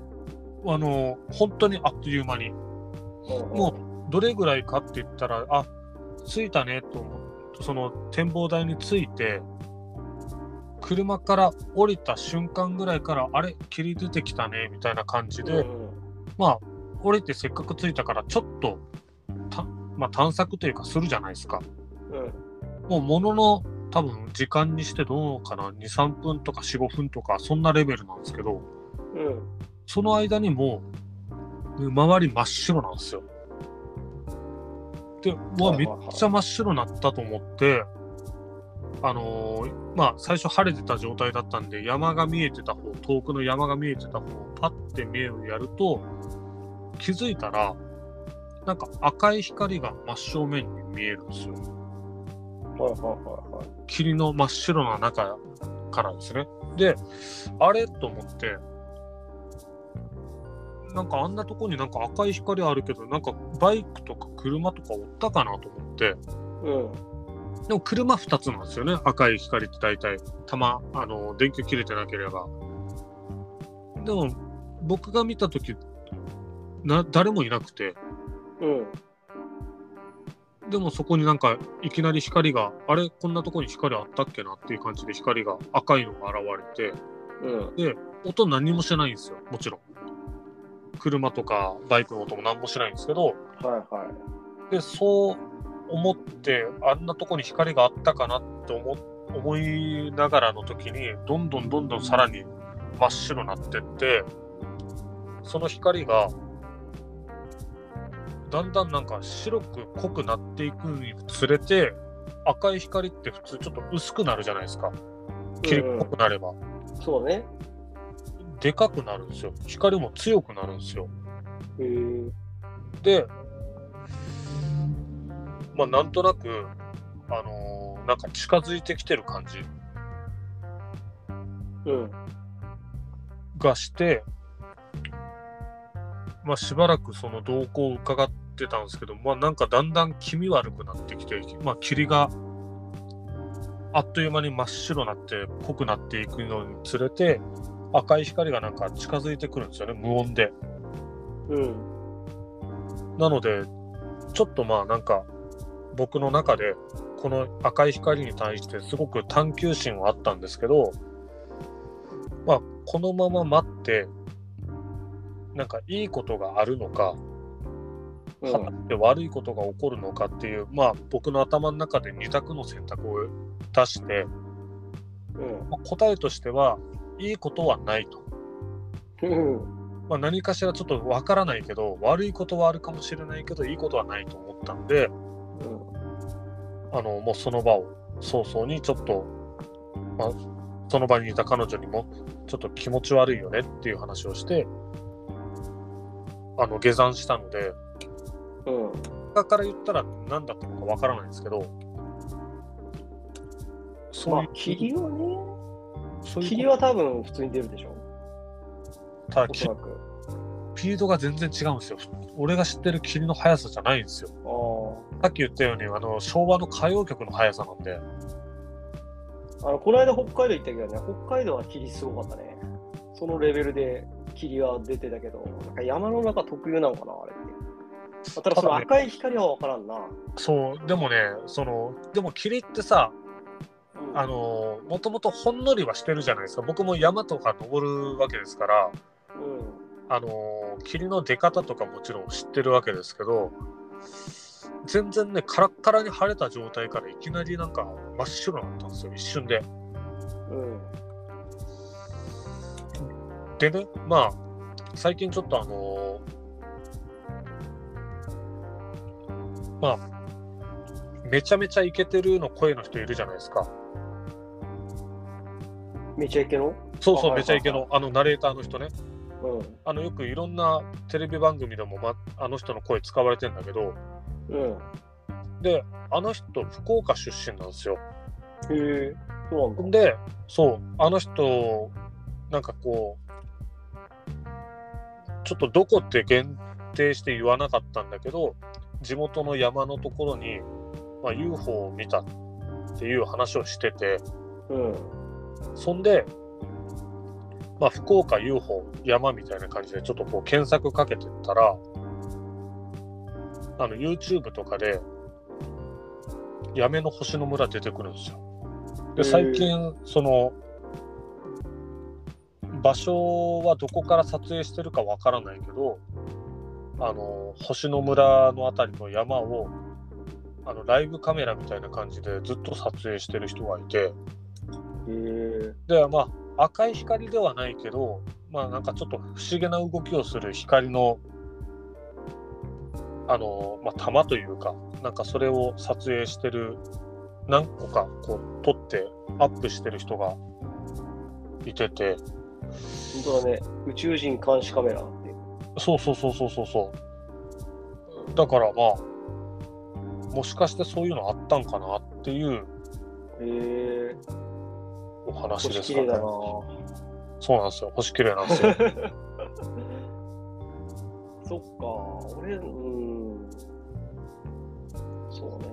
Speaker 2: あの、本当にあっという間に。もどれぐらいかって言ったら、あ、着いたねと思って、その展望台に着いて、車から降りた瞬間ぐらいから、あれ、霧出てきたねみたいな感じ
Speaker 1: う
Speaker 2: で、
Speaker 1: んうん
Speaker 2: まあ、降りてせっかく着いたから、ちょっとた、まあ、探索というかするじゃないですか。
Speaker 1: うん。
Speaker 2: もう、ものの、多分、時間にしてどうかな、2、3分とか4、5分とか、そんなレベルなんですけど、
Speaker 1: うん。
Speaker 2: その間にもう、周り真っ白なんですよ。で、うわ、
Speaker 1: は
Speaker 2: め
Speaker 1: い
Speaker 2: っ
Speaker 1: はいはい
Speaker 2: ちゃ真っ白になったと思って、あのーまあ、最初晴れてた状態だったんで、山が見えてた方、遠くの山が見えてた方、パッて目をやると、気づいたら、なんか赤い光が真正面に見えるんですよ。
Speaker 1: はいはいはいはい。
Speaker 2: 霧の真っ白な中からですね。で、あれと思って、なんかあんなとこになんか赤い光あるけど、なんかバイクとか車とかおったかなと思って、
Speaker 1: うん。
Speaker 2: でも車2つなんですよね、赤い光って大体、たま、あの、電球切れてなければ。でも、僕が見たとき、な、誰もいなくて、
Speaker 1: うん。
Speaker 2: でもそこになんかいきなり光があれこんなとこに光あったっけなっていう感じで光が赤いのが現れて
Speaker 1: うん。
Speaker 2: 音何もしてないんですよもちろん車とかバイクの音も何もしないんですけど
Speaker 1: はいはい。
Speaker 2: でそう思ってあんなとこに光があったかなって思思いながらの時にどんどんどんどんさらに真っ白になってってその光がだんだんなんか白く濃くなっていくにつれて赤い光って普通ちょっと薄くなるじゃないですか霧っ
Speaker 1: うんうん
Speaker 2: ぽくなれば、
Speaker 1: そうね。
Speaker 2: でかくなるんですよ光も強くなるんですよ
Speaker 1: へえ。
Speaker 2: で、まあ、なんとなく、あのーなんか近づいてきてる感じ
Speaker 1: うん。
Speaker 2: がして、まあ、しばらくその動向を伺ってたんですけど、まあ、なんかだんだん気味悪くなってきて、まあ、霧があっという間に真っ白になって濃くなっていくのにつれて赤い光がなんか近づいてくるんですよね無音で。
Speaker 1: うん。
Speaker 2: なので、ちょっとまあなんか、僕の中で、この赤い光に対してすごく探求心はあったんですけど、まあ、このまま待って、なんかいいことがあるのか、
Speaker 1: ううん
Speaker 2: 果たして悪いことが起こるのかっていう、まあ、僕の頭の中で2択の選択を出して、
Speaker 1: うん
Speaker 2: まあ答えとしては、いいことはないと。
Speaker 1: うん
Speaker 2: まあ、何かしらちょっとわからないけど、悪いことはあるかもしれないけど、いいことはないと思ったんで、あのもうその場を早々にちょっと、まあ、その場にいた彼女にもちょっと気持ち悪いよねっていう話をしてあの下山したので
Speaker 1: うん
Speaker 2: 他から言ったら何だったのかわからないんですけどそ
Speaker 1: ま
Speaker 2: うい
Speaker 1: あ
Speaker 2: う、
Speaker 1: 霧はね
Speaker 2: そういう
Speaker 1: 霧は多分普通に出るでしょ
Speaker 2: ただ
Speaker 1: お
Speaker 2: き
Speaker 1: そらく
Speaker 2: スピードが全然違うんですよ俺が知ってる霧の速さじゃないんですよ
Speaker 1: あ
Speaker 2: さっき言ったようにあの昭和の歌謡曲の速さなんで
Speaker 1: ああのこの間北海道行ったけどね北海道は霧すごかったねそのレベルで霧は出てたけどなんか山の中特有なのかなあれってまあただその赤い光は分からんな、
Speaker 2: そうでもねそのでも霧ってさ
Speaker 1: うん
Speaker 2: あのもともとほんのりはしてるじゃないですか僕も山とか登るわけですから、あの霧の出方とかもちろん知ってるわけですけど全然ねカラッカラに晴れた状態からいきなりなんか真っ白になったんですよ一瞬で。
Speaker 1: うんうん
Speaker 2: でねまあ最近ちょっとあのまあめちゃめちゃイケてるの声の人いるじゃないですか。
Speaker 1: めちゃイケの
Speaker 2: そう
Speaker 1: あ
Speaker 2: そう
Speaker 1: はい
Speaker 2: めちゃイケのあのナレーターの人ね。
Speaker 1: うん
Speaker 2: あのよくいろんなテレビ番組でも、ま、あの人の声使われてんだけど
Speaker 1: うん
Speaker 2: であの人福岡出身なんですよ
Speaker 1: へえそうなんだ
Speaker 2: でそうあの人なんかこうちょっとどこって限定して言わなかったんだけど地元の山のところに、まあ、UFO を見たっていう話をしてて
Speaker 1: うん
Speaker 2: そんで、まあ、福岡 UFO 山みたいな感じでちょっとこう検索かけてったらあの YouTube とかで「やめの星の村」出てくるんですよ。で
Speaker 1: へー
Speaker 2: 最近その場所はどこから撮影してるかわからないけどあの星の村のあたりの山をあのライブカメラみたいな感じでずっと撮影してる人がいて。
Speaker 1: へえ
Speaker 2: でまあ赤い光ではないけどまあなんかちょっと不思議な動きをする光のあのまあ玉というかなんかそれを撮影してる何個かこう撮ってアップしてる人がいてて
Speaker 1: 本当だね宇宙人監視カメラって
Speaker 2: そうそうそうそうそうそうだからまあもしかしてそういうのあったんかなっていう
Speaker 1: へえ
Speaker 2: お話
Speaker 1: 星
Speaker 2: です
Speaker 1: 綺
Speaker 2: か
Speaker 1: 麗
Speaker 2: ね
Speaker 1: だな
Speaker 2: そうなんですよ星綺麗なんですよ
Speaker 1: そっか俺うんそうね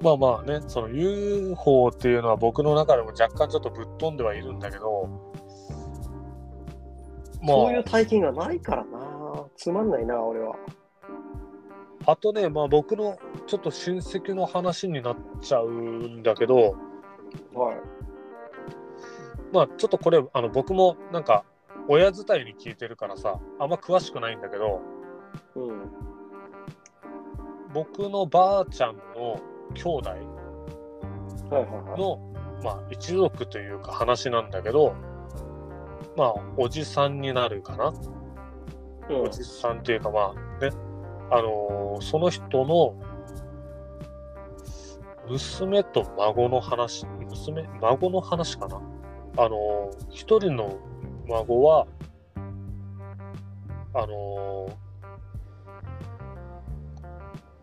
Speaker 2: まあまあね、その UFO っていうのは僕の中でも若干ちょっとぶっ飛んではいるんだけど、ま
Speaker 1: そういう体験がないからなつまんないな俺は
Speaker 2: あ、あとね、まあ僕のちょっと親戚の話になっちゃうんだけど、
Speaker 1: はい
Speaker 2: まあちょっとこれ、あの僕もなんか親伝いに聞いてるからさ、あんま詳しくないんだけど、
Speaker 1: うん
Speaker 2: 僕のばあちゃんの兄弟
Speaker 1: はいはいはい
Speaker 2: の、まあ一族というか話なんだけど、まあおじさんになるかな。
Speaker 1: うん
Speaker 2: おじさんっていうかまあねあのーその人の娘と孫の話娘孫の話かなあのー一人の孫はあのー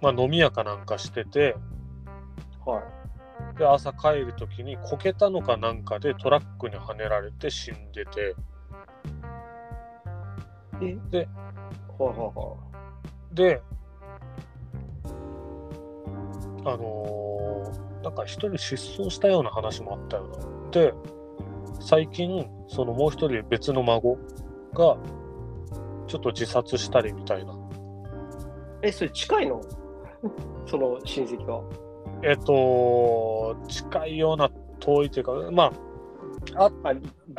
Speaker 2: まあ飲み屋かなんかしてて
Speaker 1: はい
Speaker 2: で朝帰る時にこけたのかなんかでトラックにはねられて死んでて
Speaker 1: え
Speaker 2: で
Speaker 1: はいはいは
Speaker 2: で、あのーなんか一人失踪したような話もあったよな。で、最近、そのもう一人別の孫が、ちょっと自殺したりみたいな。
Speaker 1: いえそれ近いの その親戚は
Speaker 2: えっと、近いような遠いというか、まあ、
Speaker 1: あ、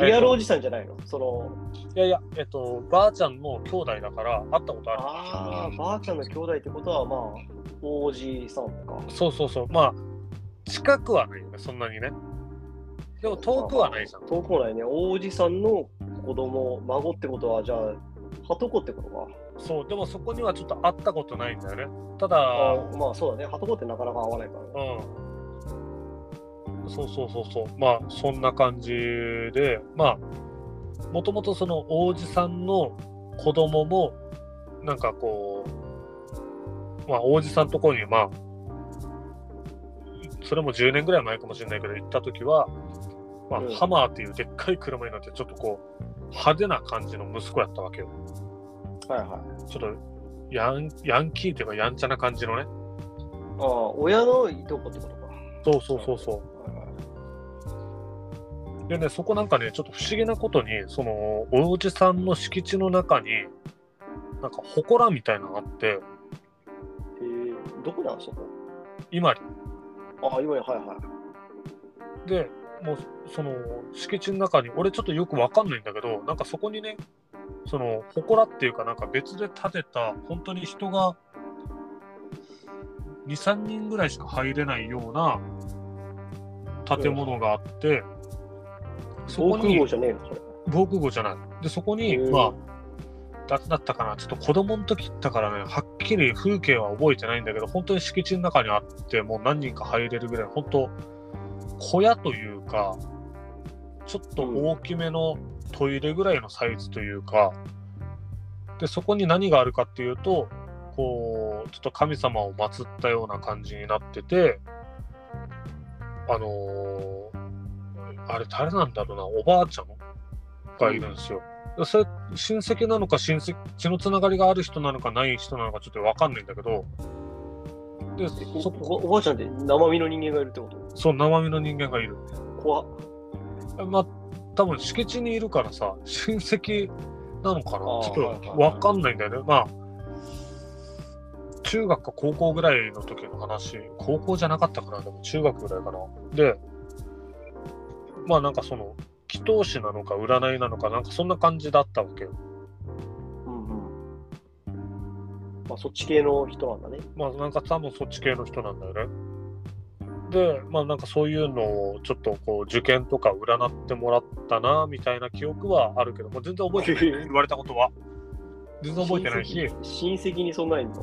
Speaker 1: リアルおじさんじゃないのその、
Speaker 2: いやいや、えっと、ばあちゃんの兄弟だから会ったことある。
Speaker 1: ああ、ばあちゃんの兄弟ってことは、まあ、おじさんか。
Speaker 2: そうそうそう。まあ、近くはないよね、そんなにね。でも遠くはないじゃん。
Speaker 1: 遠くもないね。おじさんの子供、孫ってことは、じゃあ、はとこってことか。
Speaker 2: そう、でもそこにはちょっと会ったことないんだよね。ただ、
Speaker 1: あーまあ、そうだね。はとこってなかなか合わないからね。
Speaker 2: うん。そうそうそうそう。まあ、そんな感じで、まあ、もともとその王子さんの子供も、なんかこう、まあ、王子さんのところに、まあ、それも10年ぐらい前かもしれないけど、行った時は、まあ
Speaker 1: うん、
Speaker 2: ハマーっていうでっかい車に乗って、ちょっとこう、派手な感じの息子やったわけよ。
Speaker 1: はいはい。
Speaker 2: ちょっと、ヤンヤンキーというか、やんちゃな感じのね。
Speaker 1: ああ、親のいとこってことか。
Speaker 2: そうそうそうそう。でね、そこなんかね、ちょっと不思議なことに、その、おじさんの敷地の中に、なんか、祠みたいなのがあって、
Speaker 1: えー、どこなんそこ
Speaker 2: 今に。
Speaker 1: ああ、今や、はいはい。
Speaker 2: で、もう、その、敷地の中に、俺ちょっとよくわかんないんだけど、なんかそこにね、その、祠っていうか、なんか別で建てた、本当に人が、2、3人ぐらいしか入れないような建物があって、そ
Speaker 1: 防空
Speaker 2: こ
Speaker 1: 壕
Speaker 2: に、
Speaker 1: じゃねえの、それ。
Speaker 2: 防空壕じゃない。で、そこに、
Speaker 1: へー
Speaker 2: まあ、だだったかなちょっと子供の時だからねはっきり風景は覚えてないんだけど本当に敷地の中にあってもう何人か入れるぐらい本当小屋というかちょっと大きめのトイレぐらいのサイズというか、でそこに何があるかっていうとこうちょっと神様を祀ったような感じになっててあのーあれ誰なんだろうなおばあちゃんがいるんですよ。でそれ親戚なのか親戚血のつながりがある人なのかない人なのかちょっと分かんないんだけどで
Speaker 1: お
Speaker 2: そ
Speaker 1: おおばあちゃんって生身の人間がいるってこと
Speaker 2: そう生身の人間がいる
Speaker 1: 怖っ。
Speaker 2: まあ多分敷地にいるからさ親戚なのかなち
Speaker 1: あー
Speaker 2: ょっと分かんないんだよねまあ中学か高校ぐらいの時の話高校じゃなかったかなでも中学ぐらいかなでまあなんかその祈祷師なのか占いなのかなんかそんな感じだったわけよ
Speaker 1: うんうん。まあ、そっち系の人なんだね。
Speaker 2: まあなんか多分そっち系の人なんだよね。で、まあなんかそういうのをちょっとこう受験とか占ってもらったなみたいな記憶はあるけど、もう全然覚えてない、言われたことは。全然覚えてないし、
Speaker 1: 親戚にそんないんの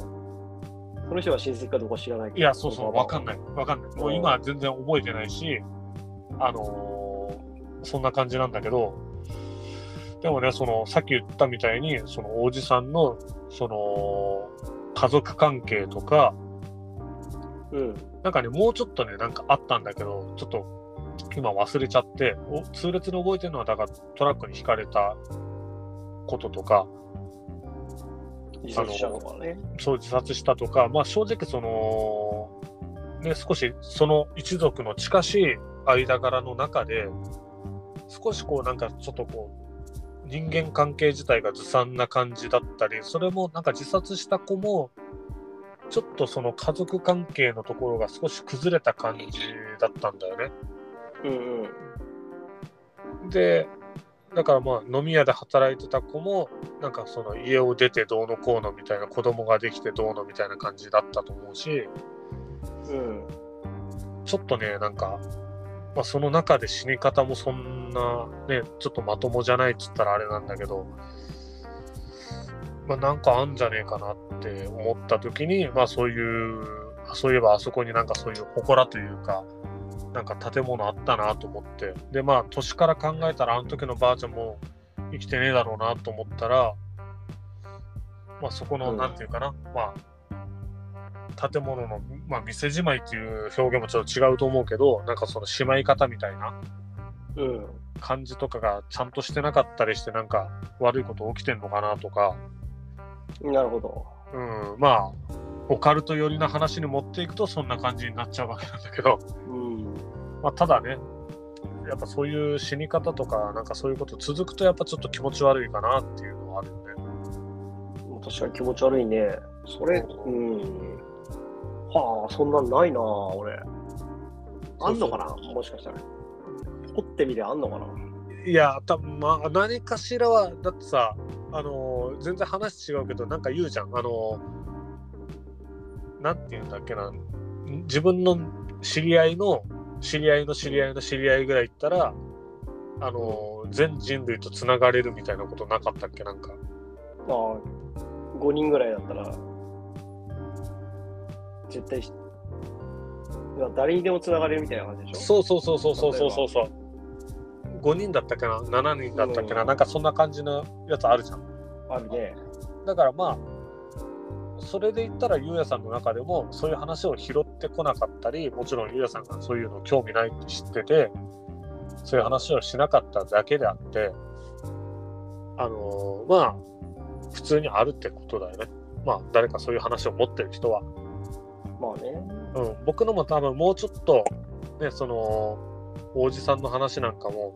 Speaker 1: その人は親戚かどうか知らないけど。
Speaker 2: いや、そうそう、わかん
Speaker 1: ない。
Speaker 2: ない、わかんない。もう今は全然覚えてないし、あのーそんな感じなんだけど、でもね、その、さっき言ったみたいに、その、おじさんの、その、家族関係とか、
Speaker 1: うん。
Speaker 2: なんかね、もうちょっとね、なんかあったんだけど、ちょっと今忘れちゃって、お痛烈に覚えてるのは、だからトラックにひかれたこととか、
Speaker 1: 自殺しちゃうのからね。
Speaker 2: そう自殺したとか、まあ正直その、ね、少しその一族の近しい間柄の中で、少しこうなんかちょっとこう、人間関係自体がずさんな感じだったり、それもなんか自殺した子も、ちょっとその家族関係のところが少し崩れた感じだったんだよね。
Speaker 1: うんうん。
Speaker 2: でだからまあ飲み屋で働いてた子もなんかその家を出てどうのこうのみたいな子供ができてどうのみたいな感じだったと思うし
Speaker 1: うん。
Speaker 2: ちょっとねなんか、まあ、その中で死に方もそんなねちょっとまともじゃないっつったらあれなんだけど、まあ、なんかあんじゃねえかなって思った時にまあそういうあそういえばあそこになんかそういう祠というかなんか建物あったなと思ってでまあ年から考えたらあの時のばあちゃんも生きてねえだろうなと思ったらまあそこの
Speaker 1: うん
Speaker 2: なんていうかな、まあ建物の、まあ、店じまいっていう表現もちょっと違うと思うけどなんかそのしまい方みたいな
Speaker 1: うん。
Speaker 2: 感じとかがちゃんとしてなかったりしてなんか悪いこと起きてんのかなとか、
Speaker 1: なるほど。
Speaker 2: うん、まあオカルト寄りな話に持っていくとそんな感じになっちゃうわけなんだけど
Speaker 1: うん。
Speaker 2: まあ、ただね、やっぱそういう死に方とか、なんかそういうこと続くと、やっぱちょっと気持ち悪いかなっていうのはあるよね。
Speaker 1: 確かに気持ち悪いね。それ、うん。はあ、そんなんないな、俺。あんのかなもしかしたら。掘ってみりゃあんのかない
Speaker 2: や、たまあ、何かしらは、だってさ、あのー全然話違うけど、なんか言うじゃん。あのーなんて言うんだっけな。自分の知り合いの、知り合いの知り合いの知り合いぐらい行ったら、あのー全人類と繋がれるみたいなことなかったっけなんか。
Speaker 1: まあ5人ぐらいだったら絶対しいや誰にでもつながれるみたいな感じでしょ
Speaker 2: そうそうそうそうそうそうそうそう。5人だったっけな ?7 人だったっけな、
Speaker 1: うん
Speaker 2: なんかそんな感じのやつあるじゃん。
Speaker 1: あるね
Speaker 2: だからまあそれで言ったらゆうやさんの中でもそういう話を拾ってこなかったりもちろんゆうやさんがそういうの興味ないって知っててそういう話をしなかっただけであってあのーまあ普通にあるってことだよねまあ誰かそういう話を持ってる人は、
Speaker 1: まあね
Speaker 2: うん、僕のも多分もうちょっとねそのおじさんの話なんかも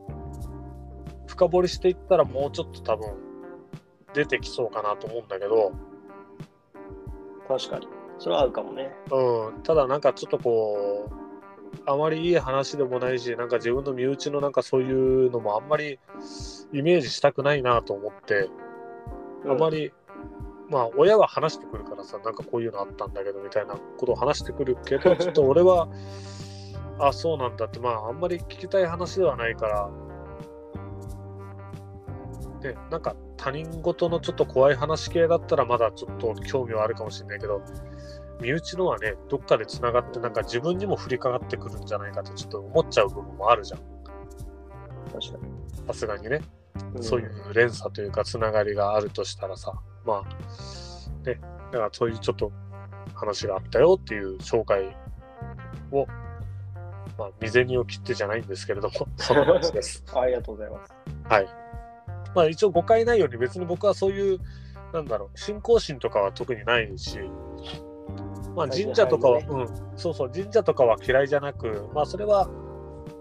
Speaker 2: 深掘りしていったらもうちょっと多分出てきそうかなと思うんだけど、
Speaker 1: 確かにそれは合うかもね
Speaker 2: うん、ただなんかちょっとこうあまりいい話でもないしなんか自分の身内のなんかそういうのもあんまりイメージしたくないなと思ってあまり、まあ親は話してくるからさなんかこういうのあったんだけどみたいなことを話してくるけどちょっと俺はあそうなんだってまああんまり聞きたい話ではないからでなんか他人事のちょっと怖い話系だったらまだちょっと興味はあるかもしれないけど身内のはねどっかでつながってなんか自分にも降りかかってくるんじゃないかとちょっと思っちゃう部分もあるじゃん
Speaker 1: 確か
Speaker 2: さすがにね
Speaker 1: に、ん
Speaker 2: そういう連鎖というかつながりがあるとしたらさまあねだからそういうちょっと話があったよっていう紹介をまあ未然にを切ってじゃないんですけれどもその話です。
Speaker 1: ありがとうございます
Speaker 2: はいまあ、一応誤解ないように別に僕はそういうなんだろう信仰心とかは特にないし、ま
Speaker 1: は
Speaker 2: あ、
Speaker 1: い
Speaker 2: 神社とかは、
Speaker 1: はい
Speaker 2: うん、そうそう神社とかは嫌いじゃなく、まあ、それは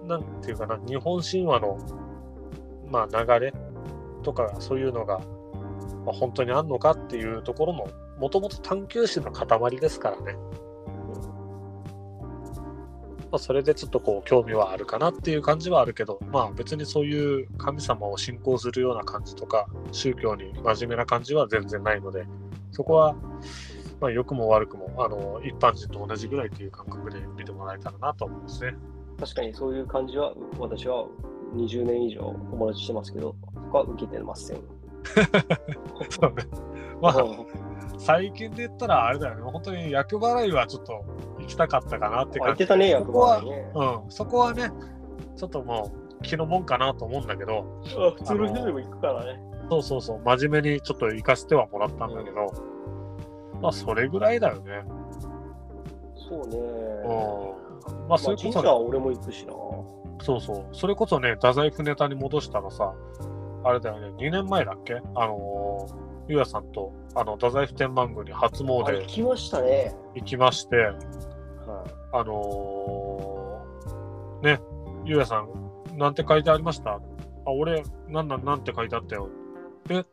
Speaker 2: なんていうかな日本神話の、まあ、流れとかそういうのが、まあ、本当にあんのかっていうところももともと探求心の塊ですからね、まあ、それでちょっとこう興味はあるかなっていう感じはあるけどまあ別にそういう神様を信仰するような感じとか宗教に真面目な感じは全然ないのでそこは、まあ、良くも悪くもあの一般人と同じぐらいっていう感覚で見てもらえたらなと思うんですね。
Speaker 1: 確かにそういう感じは私は20年以上友達してますけど僕は受けてません
Speaker 2: そうねまあ
Speaker 1: うん
Speaker 2: 最近で言ったらあれだよね本当に厄払いはちょっと行きたかったかなって
Speaker 1: あ言
Speaker 2: 感
Speaker 1: って
Speaker 2: じ
Speaker 1: たね
Speaker 2: そ
Speaker 1: 役
Speaker 2: こは
Speaker 1: 場ね
Speaker 2: うん、そこはねちょっともう気のもんかなと思うんだけど
Speaker 1: あ普通の人でも行くからね
Speaker 2: そうそうそう、真面目にちょっと行かせてはもらったんだけど、まあ、それぐらいだよね。
Speaker 1: そうね
Speaker 2: うん。まあ、それこ
Speaker 1: 神社
Speaker 2: そ、
Speaker 1: は俺も行くしな
Speaker 2: そうそう、それこそね、太宰府ネタに戻したらさ、あれだよね、2年前だっけあのー、ゆうやさんと、あの、太宰府天満宮に初
Speaker 1: あ行
Speaker 2: 詣
Speaker 1: きましたね
Speaker 2: 行きまして、
Speaker 1: はい
Speaker 2: あのーね、ゆうやさん、なんて書いてありましたあ、俺、なんなん、なんて書いてあったよ。え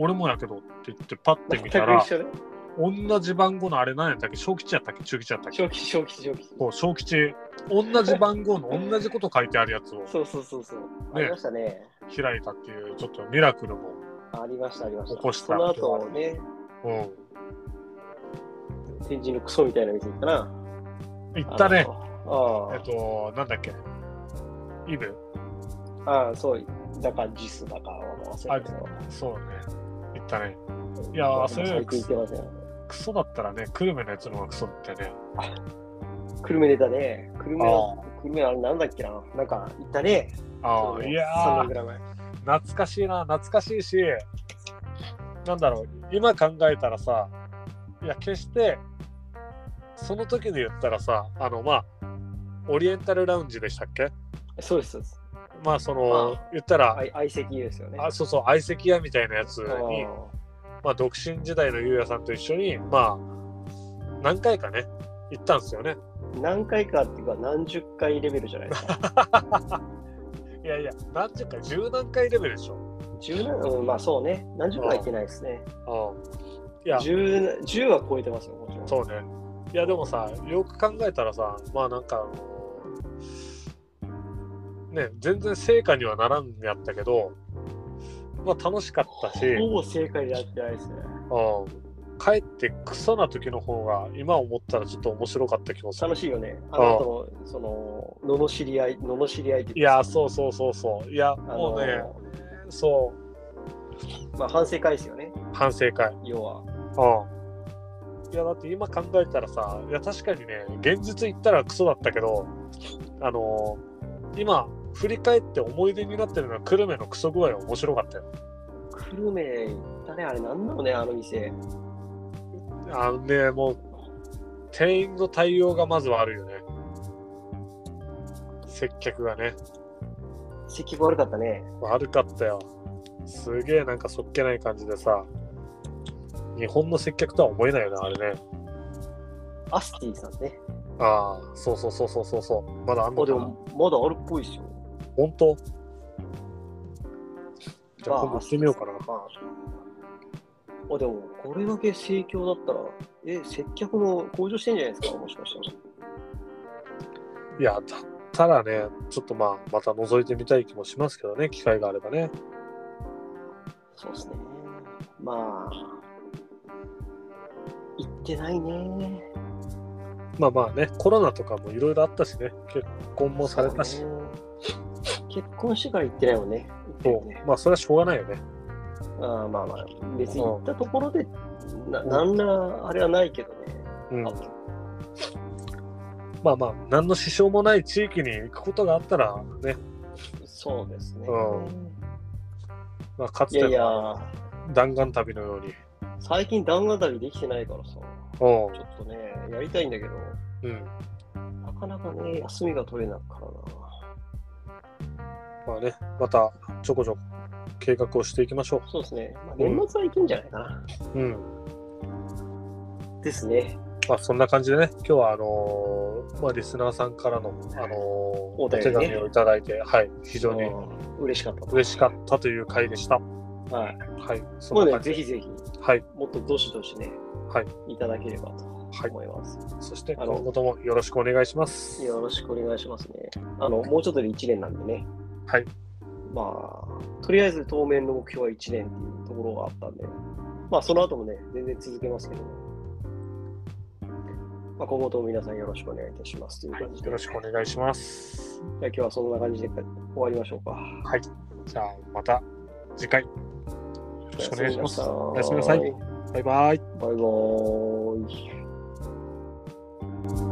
Speaker 2: 俺もやけどって言って、パッて見た ら、
Speaker 1: 全く一緒ね
Speaker 2: 同じ番号のあれ何やったっけ小吉やったっけ中吉やったっけ
Speaker 1: 小吉小吉小吉
Speaker 2: そう小吉同じ番号の同じこと書いてあるやつを
Speaker 1: そうそうそうそう、ありましたね
Speaker 2: 開いたっていうちょっとミラクルも、
Speaker 1: ありましたありました
Speaker 2: 起こした
Speaker 1: その後ね
Speaker 2: う、
Speaker 1: 天神のクソみたいな店行ったなん
Speaker 2: 行ったね
Speaker 1: あの
Speaker 2: えっとなんだっけイブ
Speaker 1: あああそうだからジスだからもう忘れたけど
Speaker 2: そうね行ったねいやーそれ
Speaker 1: 最近行ってません
Speaker 2: クソだったらね久留米のやつの方がクソだったよね
Speaker 1: 久留米出たね久留米は久留米あれなんだっけななんか行ったね
Speaker 2: あ
Speaker 1: そ
Speaker 2: あ
Speaker 1: の
Speaker 2: いや
Speaker 1: 3
Speaker 2: ー
Speaker 1: 年ぐらい前
Speaker 2: 懐かしいな懐かしいしなんだろう今考えたらさいや決してその時で言ったらさあのまあオリエンタルラウンジでしたっけ
Speaker 1: そうですそうです
Speaker 2: まあその、
Speaker 1: ま
Speaker 2: 言ったら、
Speaker 1: あい相席ですよね
Speaker 2: あそうそう相席屋みたいなやつにまあ、独身時代のゆうやさんと一緒にまあ何回かね行ったんですよね
Speaker 1: うん何回かっていうか何十回レベルじゃないです か
Speaker 2: いやいや何十回十何回レベルでしょ
Speaker 1: 十何うんまあそうね何十回は行ってないですね
Speaker 2: うんいや
Speaker 1: 10 10は超えてますよもちろん
Speaker 2: そうね。いやでもさ、よく考えたらさ、まあなんかあの、ね、全然成果にはならんやったけど、まあ楽しかったし、
Speaker 3: ほぼ正解でやってないですね。
Speaker 2: うん、帰ってクソな時の方が、今思ったらちょっと面白かった気もする
Speaker 1: 楽。しいよね。あの後の、その、罵り合い、罵り合いって
Speaker 2: い
Speaker 1: いうか
Speaker 2: や、そうそうそうそう。いや、
Speaker 1: あの
Speaker 2: もうね、そ
Speaker 1: まあ、反省会ですよね、
Speaker 2: う、反省会。
Speaker 1: 要は。
Speaker 2: うん。いや、だって今考えたらさ、いや、確かにね、現実言ったらクソだったけど、あのー今、振り返って思い出になってるのは、久留米のクソ具合は面白かったよ。
Speaker 1: 久留米行ったね、あれ、なんだろうね、あの店。
Speaker 2: あのね、もう、店員の対応がまず悪いよね。接客がね、
Speaker 1: 席悪かったね。
Speaker 2: 悪かったよ。すげえなんかそっけない感じでさ、日本の接客とは思えないよね、あれね。
Speaker 1: アスティさんね。
Speaker 2: ああ、そうそうそうそうそうそう。まだあん
Speaker 1: あ、
Speaker 2: の
Speaker 1: で
Speaker 2: かな
Speaker 1: も、まだあるっぽいっしょ。
Speaker 2: 本当じゃあ今度
Speaker 1: ま
Speaker 2: 行ってみようかな。
Speaker 1: まあ、あでも、これだけ盛況だったら、え、接客も向上してんじゃないですか、もしかしたら。
Speaker 2: いや、だったらね、ちょっとまあ、また覗いてみたい気もしますけどね、機会があればね。
Speaker 1: そうですね。まあ、行ってないね。
Speaker 2: まあまあね、コロナとかもいろいろあったしね、結婚もされたし、
Speaker 1: そうね結婚してから行ってないもんね。
Speaker 2: そ
Speaker 1: 行っ
Speaker 2: う
Speaker 1: てないね
Speaker 2: まあそれはしょうがないよね。
Speaker 1: あーまあまあ、別に行ったところで、ななんらあれはないけどね。
Speaker 2: うん
Speaker 1: あ、
Speaker 2: まあまあ、何の支障もない地域に行くことがあったらね、
Speaker 1: そうですね。
Speaker 2: うんまあ、かつ
Speaker 1: いや
Speaker 2: て
Speaker 1: いや、
Speaker 2: の弾丸旅のように。
Speaker 1: 最近弾丸旅できてないからさ、
Speaker 2: うん
Speaker 1: ちょっとね、やりたいんだけど、
Speaker 2: うん
Speaker 1: なかなかね、休みが取れなくからな。
Speaker 2: まあね、またちょこちょこ計画をしていきましょ
Speaker 1: そうですね。まあ、年末はいけんじゃないかな。
Speaker 2: う。うん。
Speaker 1: ですね。
Speaker 2: まあそんな感じでね、今日はあのーまあリスナーさんからの、あのーお
Speaker 1: お便
Speaker 2: 手
Speaker 1: りね
Speaker 2: 紙をいただいて、はい、非常に
Speaker 1: うん嬉しかったと。
Speaker 2: 嬉しかったという回でした。は
Speaker 1: た。はい。
Speaker 2: い、そ
Speaker 1: まあ
Speaker 2: んな
Speaker 1: ね、
Speaker 2: 感じ
Speaker 1: ぜひぜ
Speaker 2: で
Speaker 1: ひ、
Speaker 2: はい、
Speaker 1: もっとどしどしね、、
Speaker 2: はい
Speaker 1: ただければと
Speaker 2: はい
Speaker 1: 思います。
Speaker 2: そして
Speaker 1: あ
Speaker 2: 今
Speaker 1: の
Speaker 2: 後ともよろしくお願いします。
Speaker 1: よろしくお願いしますね。あの、もうちょっとで1年なんでね。
Speaker 2: はい。
Speaker 1: まあ、とりあえず当面の目標は1年っていうところがあったんで、まあ、その後もね、全然続けますけど、まあ、今後とも皆さんよろしくお願いいたしますという
Speaker 2: は
Speaker 1: 感じ
Speaker 2: い、
Speaker 1: で、
Speaker 2: よろしくお願いします。
Speaker 1: じゃあ今日はそんな感じで終わりましょうか。よ
Speaker 2: はい、じゃあまた次回よろしくお願いします。
Speaker 1: お
Speaker 2: おやすみなさい。バイバイ。
Speaker 1: バイバーイ。